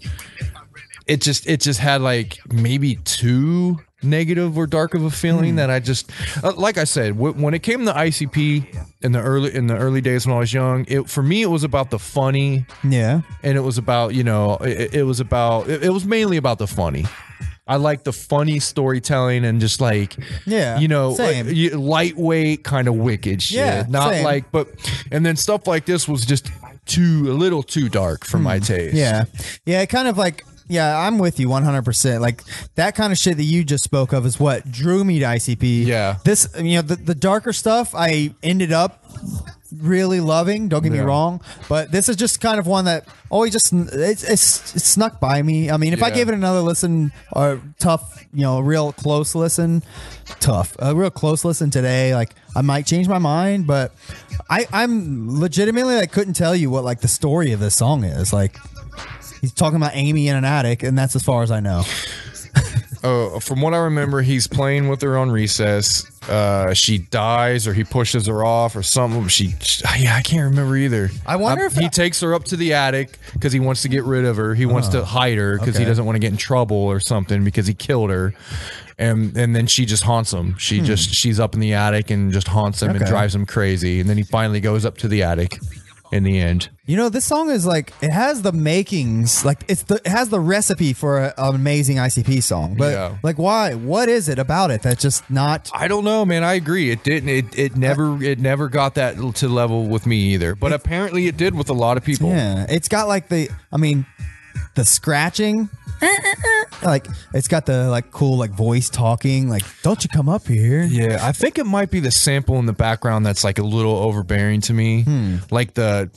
Speaker 3: it just it just had like maybe too negative or dark of a feeling that I just uh, like I said w- when it came to ICP in the early in the early days when I was young it for me it was about the funny
Speaker 2: yeah.
Speaker 3: and it was about you know it, it was about it, it was mainly about the funny I like the funny storytelling and just like
Speaker 2: Yeah,
Speaker 3: you know
Speaker 2: same.
Speaker 3: uh, you- lightweight kind of wicked shit
Speaker 2: Yeah,
Speaker 3: not
Speaker 2: same.
Speaker 3: like but and then stuff like this was just too a little too dark for my taste
Speaker 2: Hmm. Yeah. Yeah, it kind of like yeah, I'm with you 100%. Like that kind of shit that you just spoke of is what drew me to ICP.
Speaker 3: Yeah.
Speaker 2: This you know the, the darker stuff I ended up really loving, don't get me
Speaker 3: Yeah.
Speaker 2: wrong, but this is just kind of one that always just it's it's it snuck by me. I mean, if I
Speaker 3: Yeah.
Speaker 2: gave it another listen or tough, you know, a real close listen, tough. A real close listen today, like I might change my mind, but I I'm legitimately like couldn't tell you what like the story of this song is. Like He's talking about Amy in an attic, and that's as far as I know.
Speaker 3: uh, from what I remember, he's playing with her on recess. Uh, she dies, or he pushes her off, or something. She, she- yeah, I can't remember either.
Speaker 2: I wonder
Speaker 3: Um,
Speaker 2: if
Speaker 3: he
Speaker 2: that-
Speaker 3: takes her up to the attic because he wants to get rid of her. He wants to hide her because he
Speaker 2: Oh, okay.
Speaker 3: doesn't want to get in trouble or something because he killed her. And and then she just haunts him. She just she's up in the attic and just haunts him and
Speaker 2: Hmm. Okay.
Speaker 3: drives him crazy. And then he finally goes up to the attic. In the end,
Speaker 2: You know, this song is like it has the makings, like it's the it has the recipe for a, an amazing ICP song. But
Speaker 3: Yeah.
Speaker 2: like, why? What is it about it that's just not?
Speaker 3: I don't know, man. I agree. It didn't. It, it never. It never got that to level with me either. But apparently, it did with a lot of people.
Speaker 2: Yeah, it's got like the. I mean, the scratching. Like it's got the like cool like voice talking like don't you come up here
Speaker 3: Yeah, I think it might be the sample in the background that's like a little overbearing to me.
Speaker 2: Hmm.
Speaker 3: Like the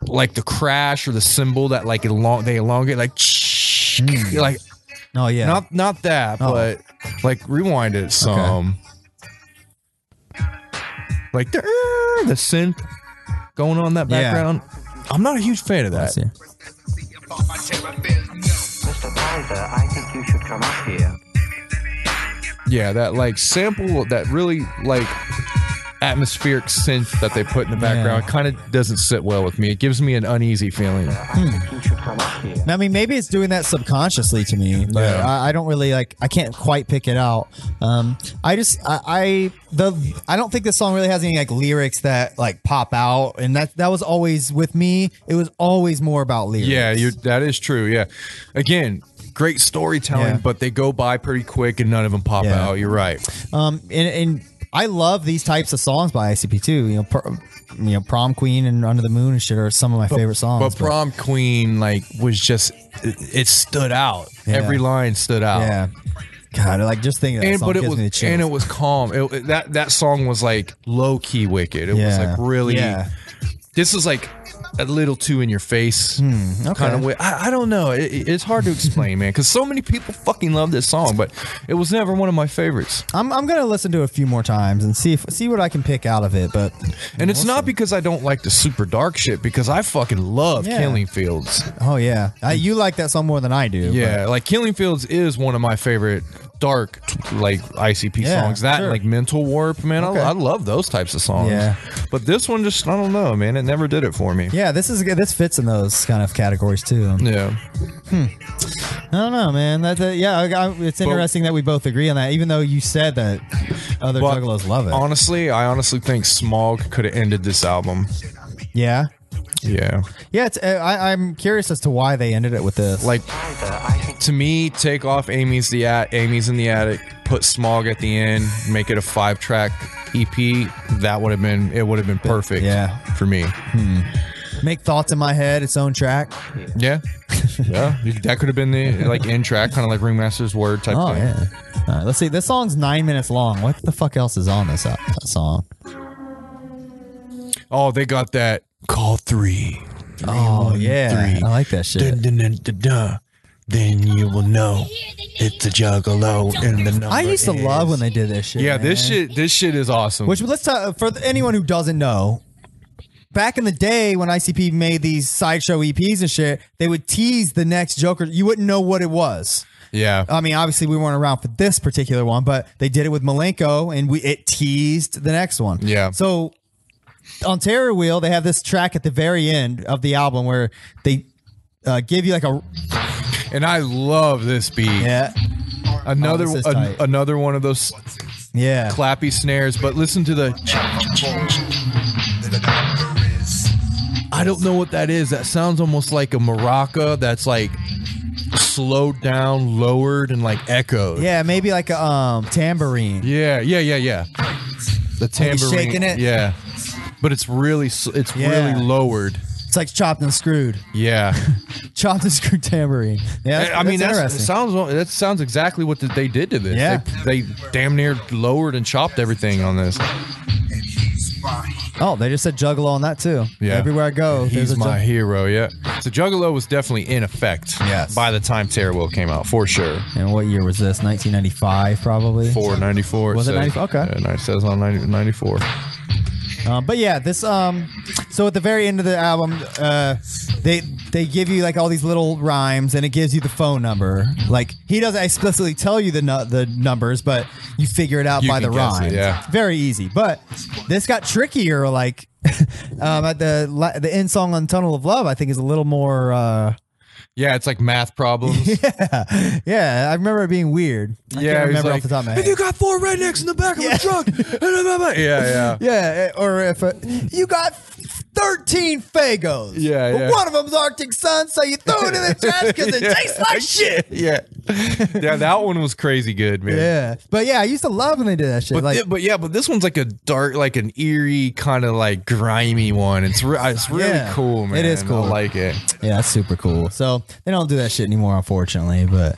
Speaker 3: like the crash or the symbol that like elong- they elongate like like
Speaker 2: oh yeah
Speaker 3: not not that
Speaker 2: Oh.
Speaker 3: but like rewind it some like the uh, the synth going on in that
Speaker 2: Yeah.
Speaker 3: background. I'm not a huge fan of that.
Speaker 2: Yeah.
Speaker 6: Mr. Kaiser, I think you should come up here.
Speaker 3: Yeah, that like sample, that really like atmospheric synth that they put in the background kind of doesn't sit well with me. It gives me an uneasy feeling.
Speaker 6: I think you should come up here.
Speaker 2: I mean, maybe it's doing that subconsciously to me, but
Speaker 3: Yeah.
Speaker 2: I, I don't really like. I can't quite pick it out. Um, I just, I, I, the, I don't think this song really has any like lyrics that like pop out, and that that was always with me. It was always more about lyrics.
Speaker 3: Yeah, you that is true. Yeah. Again, great storytelling,
Speaker 2: Yeah.
Speaker 3: but they go by pretty quick and none of them pop
Speaker 2: Yeah.
Speaker 3: out. You're right.
Speaker 2: Um, and, and I love these types of songs by ICP too. You know, pr- you know, Prom Queen and Under the Moon and shit are some of my favorite songs.
Speaker 3: But prom queen like was just it, it stood out.
Speaker 2: Yeah.
Speaker 3: Every line stood out.
Speaker 2: yeah, God, like just thinking that
Speaker 3: and
Speaker 2: song
Speaker 3: but it
Speaker 2: gives
Speaker 3: was
Speaker 2: me the chills.
Speaker 3: and it was calm. It, it- that that song was like low key wicked. It was
Speaker 2: Yeah.
Speaker 3: like really.
Speaker 2: Yeah.
Speaker 3: This is like a little too in your face kind of way. I, I don't know. It, it- it's hard to explain, man, because so many people fucking love this song, but it was never one of my favorites.
Speaker 2: I'm, I'm gonna listen to it a few more times and see if see what I can pick out of it, but.
Speaker 3: And it's not because I don't like the super dark shit, because I fucking love
Speaker 2: Yeah.
Speaker 3: Killing Fields.
Speaker 2: Oh yeah, I, you like that song more than I do.
Speaker 3: Yeah, like Killing Fields is one of my favorite dark like ICP
Speaker 2: Yeah,
Speaker 3: songs. That and,
Speaker 2: sure.
Speaker 3: like Mental Warp, man,
Speaker 2: Okay.
Speaker 3: I, I love those types of songs.
Speaker 2: Yeah.
Speaker 3: But this one just I don't know, man. It never did it for me.
Speaker 2: yeah. This is good. this fits in those kind of categories too.
Speaker 3: Yeah.
Speaker 2: I don't know, man. That, that yeah, I, I, it's interesting that we both agree on that, even though you said that other
Speaker 3: But
Speaker 2: juggalos love it.
Speaker 3: Honestly, I honestly think Smog could have ended this album.
Speaker 2: yeah,
Speaker 3: Yeah.
Speaker 2: Yeah, it's, uh, I, I'm curious as to why they ended it with this.
Speaker 3: Like
Speaker 6: Either I think
Speaker 3: to me, take off Amy's the at Amy's in the attic, put Smog at the end, make it a five track EP. That would have been it would have been perfect
Speaker 2: Yeah.
Speaker 3: for me.
Speaker 2: make thoughts in my head its own track.
Speaker 3: Yeah. Yeah. That could have been the like in track, kind of like Ringmaster's Word type
Speaker 2: Oh
Speaker 3: thing.
Speaker 2: yeah. All right, let's see. This song's nine minutes long. What the fuck else is on this uh, song?
Speaker 3: Oh, they got that call three.
Speaker 2: Oh yeah,
Speaker 3: three.
Speaker 2: I like that shit.
Speaker 7: Then you will know it's a juggalo in the number.
Speaker 2: I used to love when they did this shit.
Speaker 3: Yeah, this
Speaker 2: man.
Speaker 3: shit this shit is awesome.
Speaker 2: Which let's talk for anyone who doesn't know. Back in the day when ICP made these sideshow EPs and shit, they would tease the next Joker. You wouldn't know what it was.
Speaker 3: yeah.
Speaker 2: I mean, obviously we weren't around for this particular one, but they did it with Malenko, and we it teased the next one.
Speaker 3: Yeah.
Speaker 2: So on Terror Wheel, they have this track at the very end of the album where they uh, give you like a
Speaker 3: and I love this beat.
Speaker 2: yeah
Speaker 3: Another
Speaker 2: Oh, this is
Speaker 3: an-
Speaker 2: tight.
Speaker 3: another one of those
Speaker 2: yeah
Speaker 3: clappy snares, but listen to the I don't know what that is. That sounds almost like a maraca that's like slowed down, lowered and like echoed.
Speaker 2: yeah maybe like a um, tambourine.
Speaker 3: Yeah, yeah, yeah, yeah. The tambourine,
Speaker 2: shaking it?
Speaker 3: Yeah, but it's really s- it's
Speaker 2: Yeah.
Speaker 3: really lowered.
Speaker 2: It's like chopped and screwed,
Speaker 3: Yeah,
Speaker 2: chopped and screwed tambourine. Yeah, that's,
Speaker 3: I
Speaker 2: that's
Speaker 3: mean that's it
Speaker 2: interesting.
Speaker 3: sounds that sounds exactly what they did to this.
Speaker 2: Yeah.
Speaker 3: they, they damn near lowered and chopped everything on this.
Speaker 2: oh, they just said juggalo on that too.
Speaker 3: Yeah.
Speaker 2: everywhere I go, there's
Speaker 3: He's
Speaker 2: a
Speaker 3: my
Speaker 2: jug-
Speaker 3: hero. Yeah, so Juggalo was definitely in effect.
Speaker 2: Yes.
Speaker 3: by the time Terrorwill came out, for sure.
Speaker 2: and what year was this? 1995, probably.
Speaker 3: Four ninety four.
Speaker 2: Was it 94? Okay.
Speaker 3: it says on 90, 94.
Speaker 2: Um, but yeah, this um, so at the very end of the album, uh, they they give you like all these little rhymes, and it gives you the phone number. Like he doesn't explicitly tell you the nu- the numbers, but you figure it out
Speaker 3: You
Speaker 2: by the
Speaker 3: can guess it,
Speaker 2: rhyme.
Speaker 3: yeah.
Speaker 2: very easy. But this got trickier. Like um, at the la- the end song on Tunnel of Love, I think is a little more. Uh,
Speaker 3: Yeah, it's like math problems.
Speaker 2: yeah, I remember it being weird. I
Speaker 3: Yeah,
Speaker 2: can't
Speaker 3: he's
Speaker 2: remember
Speaker 3: like,
Speaker 2: off the top of my
Speaker 3: If you
Speaker 2: head.
Speaker 3: got four rednecks in the back
Speaker 2: Yeah.
Speaker 3: of a truck, and blah, blah, blah. yeah, yeah,
Speaker 2: Yeah, eh, or if uh you got 13 Fagos.
Speaker 3: Yeah,
Speaker 2: But
Speaker 3: yeah.
Speaker 2: one of them's Arctic Sun, so you throw it in the trash because it tastes like shit.
Speaker 3: yeah, yeah. That one was crazy good, man.
Speaker 2: Yeah. But yeah, I used to love when they did that shit.
Speaker 3: But,
Speaker 2: like,
Speaker 3: thi- but yeah, but this one's like a dark, like an eerie kind of like grimy one. It's re- it's really
Speaker 2: Yeah,
Speaker 3: cool, man.
Speaker 2: it is cool.
Speaker 3: I like it.
Speaker 2: yeah, that's super cool. So they don't do that shit anymore, unfortunately. But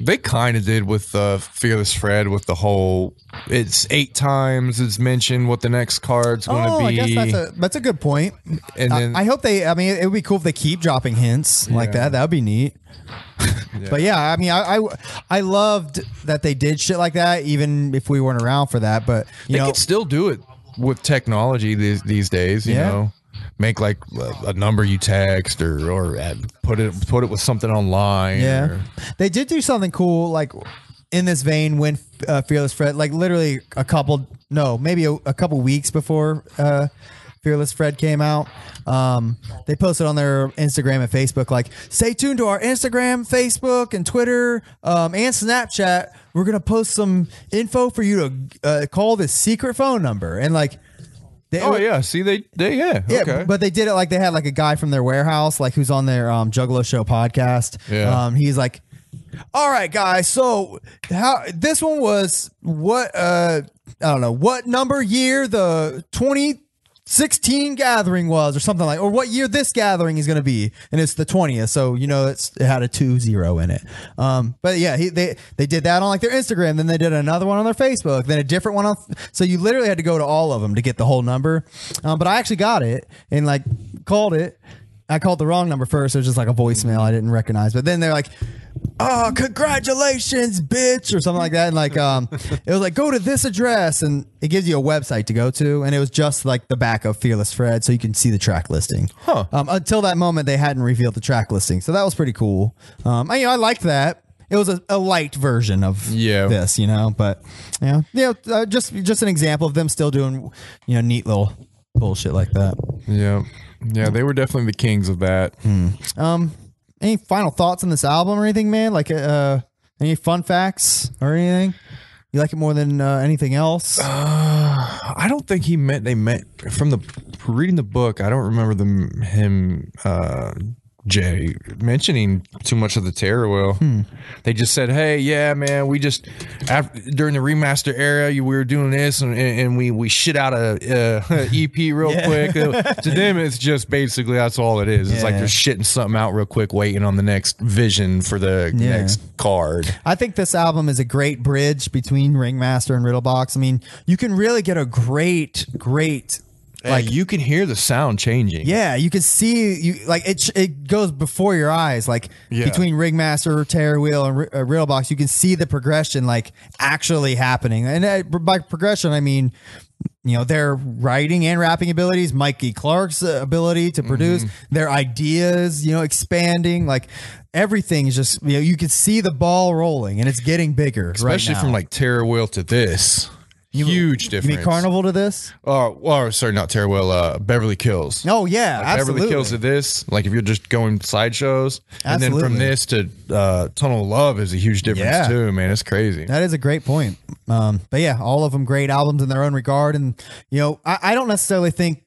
Speaker 3: They kind of did with uh, Fearless Fred with the whole. It's eight times it's mentioned what the next card's going to
Speaker 2: oh,
Speaker 3: be.
Speaker 2: I guess that's a that's a good point.
Speaker 3: and
Speaker 2: I-
Speaker 3: then
Speaker 2: I, hope they. I mean, it would be cool if they keep dropping hints like
Speaker 3: Yeah.
Speaker 2: that. That would be neat. But yeah, I mean, I, I I loved that they did shit like that, even if we weren't around for that. But you
Speaker 3: they
Speaker 2: know,
Speaker 3: could still do it with technology these these days. You
Speaker 2: Yeah.
Speaker 3: know, make like a- a number you text or or add, put it put it with something online.
Speaker 2: Yeah,
Speaker 3: or-
Speaker 2: they did do something cool, like in this vein when uh, Fearless Fred, like literally a couple, no, maybe a, a couple weeks before uh, Fearless Fred came out. Um, they posted on their Instagram and Facebook, like, stay tuned to our Instagram, Facebook, and Twitter, um, and Snapchat. We're gonna post some info for you to uh, call this secret phone number, and like, they,
Speaker 3: Oh yeah. See they they yeah.
Speaker 2: yeah,
Speaker 3: okay.
Speaker 2: but they did it like they had like a guy from their warehouse, like who's on their um, Juggalo Show podcast.
Speaker 3: Yeah.
Speaker 2: Um, he's like, "All right, guys, so how this one was what uh I don't know what number year the twenty sixteen gathering was or something like or what year this gathering is going to be and it's the 20th so you know it's it had a 2-0 in it um but yeah he, they they did that on like their instagram then they did another one on their facebook then a different one on so you literally had to go to all of them to get the whole number um, but i actually got it and like called it i called the wrong number first it was just like a voicemail i didn't recognize but then they're like oh congratulations bitch or something like that and like um it was like go to this address and it gives you a website to go to and it was just like the back of fearless fred so you can see the track listing huh um, until that moment they hadn't revealed the track listing so that was pretty cool um i, you know, I liked that it was a, a light version of
Speaker 3: Yeah.
Speaker 2: this you know but you know, you know uh, just just an example of them still doing you know neat little bullshit like that
Speaker 3: yeah. Yeah, they were definitely the kings of that.
Speaker 2: any final thoughts on this album or anything, man? Like, uh, any fun facts or anything? You like it more than uh, anything else?
Speaker 3: I don't think he meant they meant from the reading the book, I don't remember the him uh, Jay mentioning too much of the Terror Wheel.
Speaker 2: Hmm.
Speaker 3: They just said, "Hey, yeah, man, we just after, during the remaster era, you, we were doing this, and, and and we we shit out a, uh EP real quick." Uh, to them, it's just basically that's all it is. It's like
Speaker 2: Yeah.
Speaker 3: they're shitting something out real quick, waiting on the next vision for the
Speaker 2: Yeah.
Speaker 3: next card.
Speaker 2: I think this album is a great bridge between Ringmaster and Riddlebox. I mean, you can really get a great, great
Speaker 3: Like you can hear the sound changing.
Speaker 2: Yeah, you can see you like it. sh- It goes before your eyes, like
Speaker 3: Yeah.
Speaker 2: between Ringmaster, Terror Wheel, and R- uh, Real Box. You can see the progression, like actually happening. And uh, by progression, I mean you know their writing and rapping abilities, Mikey Clark's uh, ability to produce,
Speaker 3: Mm-hmm.
Speaker 2: their ideas, you know, expanding, like. Everything is just you know you can see the ball rolling and it's getting bigger,
Speaker 3: especially
Speaker 2: right now.
Speaker 3: from like Terror Wheel to this. Huge
Speaker 2: you
Speaker 3: difference.
Speaker 2: mean Carnival to this?
Speaker 3: Oh, well, sorry, not Terror Wheel. Uh, Beverly Kills.
Speaker 2: Oh yeah,
Speaker 3: Like,
Speaker 2: absolutely.
Speaker 3: Beverly Kills to this. Like if you're just going sideshows, and then from
Speaker 2: Absolutely.
Speaker 3: this to uh, Tunnel of Love is a huge difference
Speaker 2: Yeah.
Speaker 3: too. Man, it's crazy.
Speaker 2: That is a great point. Um, but yeah, all of them great albums in their own regard. And, you know, I, I don't necessarily think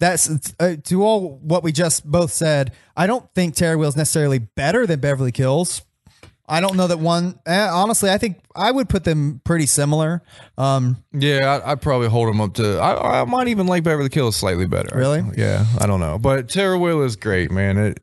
Speaker 2: that's uh, to all what we just both said. I don't think Terror Wheel's necessarily better than Beverly Kills. I don't know that one. eh, honestly, I think I would put them pretty similar. Um,
Speaker 3: yeah, I, I probably hold them up to. I, I might even like Beverly Kills slightly better.
Speaker 2: Really?
Speaker 3: Yeah, I don't know, but Terror Wheel is great, man. It.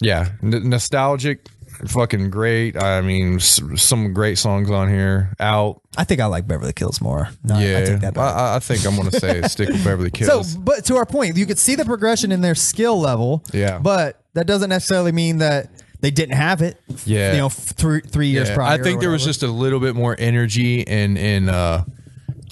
Speaker 3: Yeah, n- nostalgic, fucking great. I mean, s- some great songs on here. Out,
Speaker 2: I think I like Beverly Kills more. No,
Speaker 3: Yeah,
Speaker 2: I take that back.
Speaker 3: I, I think I'm gonna say stick with Beverly
Speaker 2: So,
Speaker 3: Kills.
Speaker 2: but to our point, you could see the progression in their skill level.
Speaker 3: Yeah.
Speaker 2: But that doesn't necessarily mean that they didn't have it.
Speaker 3: Yeah.
Speaker 2: You know, f- three three years
Speaker 3: Yeah,
Speaker 2: prior.
Speaker 3: I think
Speaker 2: or
Speaker 3: there was
Speaker 2: whatever.
Speaker 3: just a little bit more energy and and uh,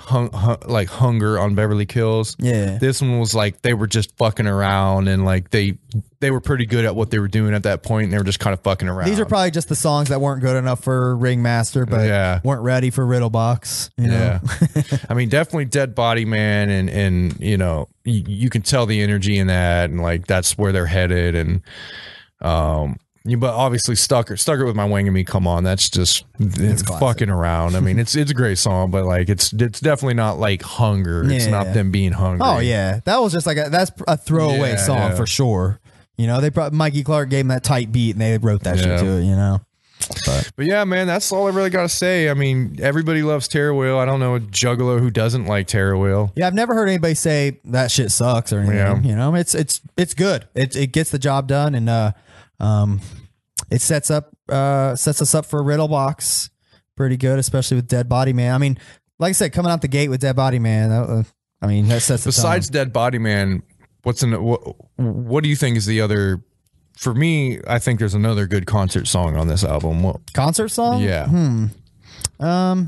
Speaker 3: hung, hung, like hunger on Beverly Kills.
Speaker 2: Yeah.
Speaker 3: this one was like they were just fucking around and like they they were pretty good at what they were doing at that point. And they were just kind of fucking around.
Speaker 2: These are probably just the songs that weren't good enough for Ringmaster, but
Speaker 3: Yeah.
Speaker 2: weren't ready for Riddlebox. You know?
Speaker 3: Yeah, I mean, definitely Dead Body Man, and and you know, you, you can tell the energy in that, and like that's where they're headed, and um, you, but obviously Stucker, Stucker with my wing and me, come on, that's just
Speaker 2: classic.
Speaker 3: fucking around. I mean, it's it's a great song, but like it's it's definitely not like hunger. It's
Speaker 2: Yeah,
Speaker 3: not
Speaker 2: yeah.
Speaker 3: them being hungry.
Speaker 2: Oh yeah, that was just like a, that's a throwaway
Speaker 3: Yeah,
Speaker 2: song
Speaker 3: yeah.
Speaker 2: for sure. You know, they probably Mikey Clark gave him that tight beat and they wrote that
Speaker 3: Yeah.
Speaker 2: shit to it. You know, but
Speaker 3: But yeah, man, that's all I really got to say. I mean, everybody loves Terror Wheel. I don't know a juggalo who doesn't like Terror Wheel.
Speaker 2: yeah, I've never heard anybody say that shit sucks or anything.
Speaker 3: Yeah.
Speaker 2: You know, it's it's it's good. It it gets the job done and uh, um, it sets up uh sets us up for Riddlebox pretty good, especially with Dead Body Man. I mean, like I said, coming out the gate with Dead Body Man. that, uh, I mean, that sets the tone.
Speaker 3: besides Dead Body Man, what's in what, what do you think is the other? For me, I think there's another good concert song on this album. Well,
Speaker 2: concert song? Um,
Speaker 3: yeah,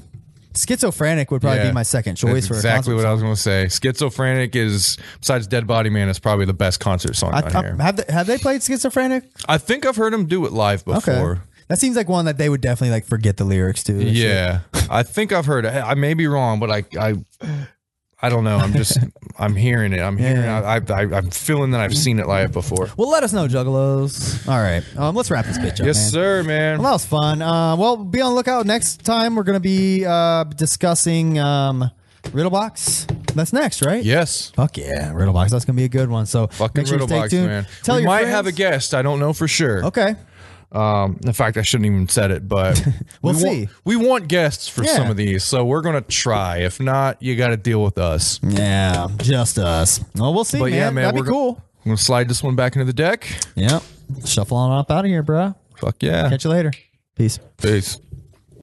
Speaker 2: Schizophrenic would probably
Speaker 3: Yeah.
Speaker 2: be my second
Speaker 3: that's
Speaker 2: choice for
Speaker 3: exactly
Speaker 2: a
Speaker 3: what
Speaker 2: concert
Speaker 3: I was going to say. Schizophrenic is besides Dead Body Man is probably the best concert song
Speaker 2: song.
Speaker 3: on
Speaker 2: I- I-
Speaker 3: here.
Speaker 2: have they, have they played Schizophrenic?
Speaker 3: I think I've heard him do it live before.
Speaker 2: That seems like one that they would definitely like forget the lyrics to. and shit.
Speaker 3: Yeah, I think I've heard. it. I may be wrong, but I, I, I don't know. I'm just, I'm hearing it. I'm hearing.
Speaker 2: Yeah.
Speaker 3: I, I, I'm feeling that I've seen it live before.
Speaker 2: Well, let us know, Juggalos. All right, um, let's wrap this bitch up.
Speaker 3: Yes,
Speaker 2: man.
Speaker 3: sir, man.
Speaker 2: Well, that was fun. Uh, well, be on the lookout next time. We're gonna be uh, discussing um, Riddlebox. That's next, right?
Speaker 3: Yes.
Speaker 2: Fuck yeah, Riddlebox. That's gonna be a good one. So
Speaker 3: Fucking
Speaker 2: make sure you
Speaker 3: riddle
Speaker 2: stay
Speaker 3: box,
Speaker 2: tuned.
Speaker 3: man.
Speaker 2: Tell
Speaker 3: we
Speaker 2: your
Speaker 3: might
Speaker 2: friends. Oh.
Speaker 3: have a guest. I don't know for sure.
Speaker 2: Okay.
Speaker 3: Um, in fact, I shouldn't even said it, but
Speaker 2: We'll
Speaker 3: we
Speaker 2: see.
Speaker 3: Want, we want guests for
Speaker 2: Yeah.
Speaker 3: some of these, so we're gonna try. If not, you got to deal with us.
Speaker 2: Yeah, just us. Well, we'll see,
Speaker 3: But
Speaker 2: man.
Speaker 3: yeah, man,
Speaker 2: That'd
Speaker 3: we're
Speaker 2: be
Speaker 3: go-
Speaker 2: cool.
Speaker 3: I'm gonna slide this one back into the deck.
Speaker 2: Yep. Shuffle on up out of here, bro.
Speaker 3: Fuck yeah!
Speaker 2: Catch you later. Peace.
Speaker 3: Peace.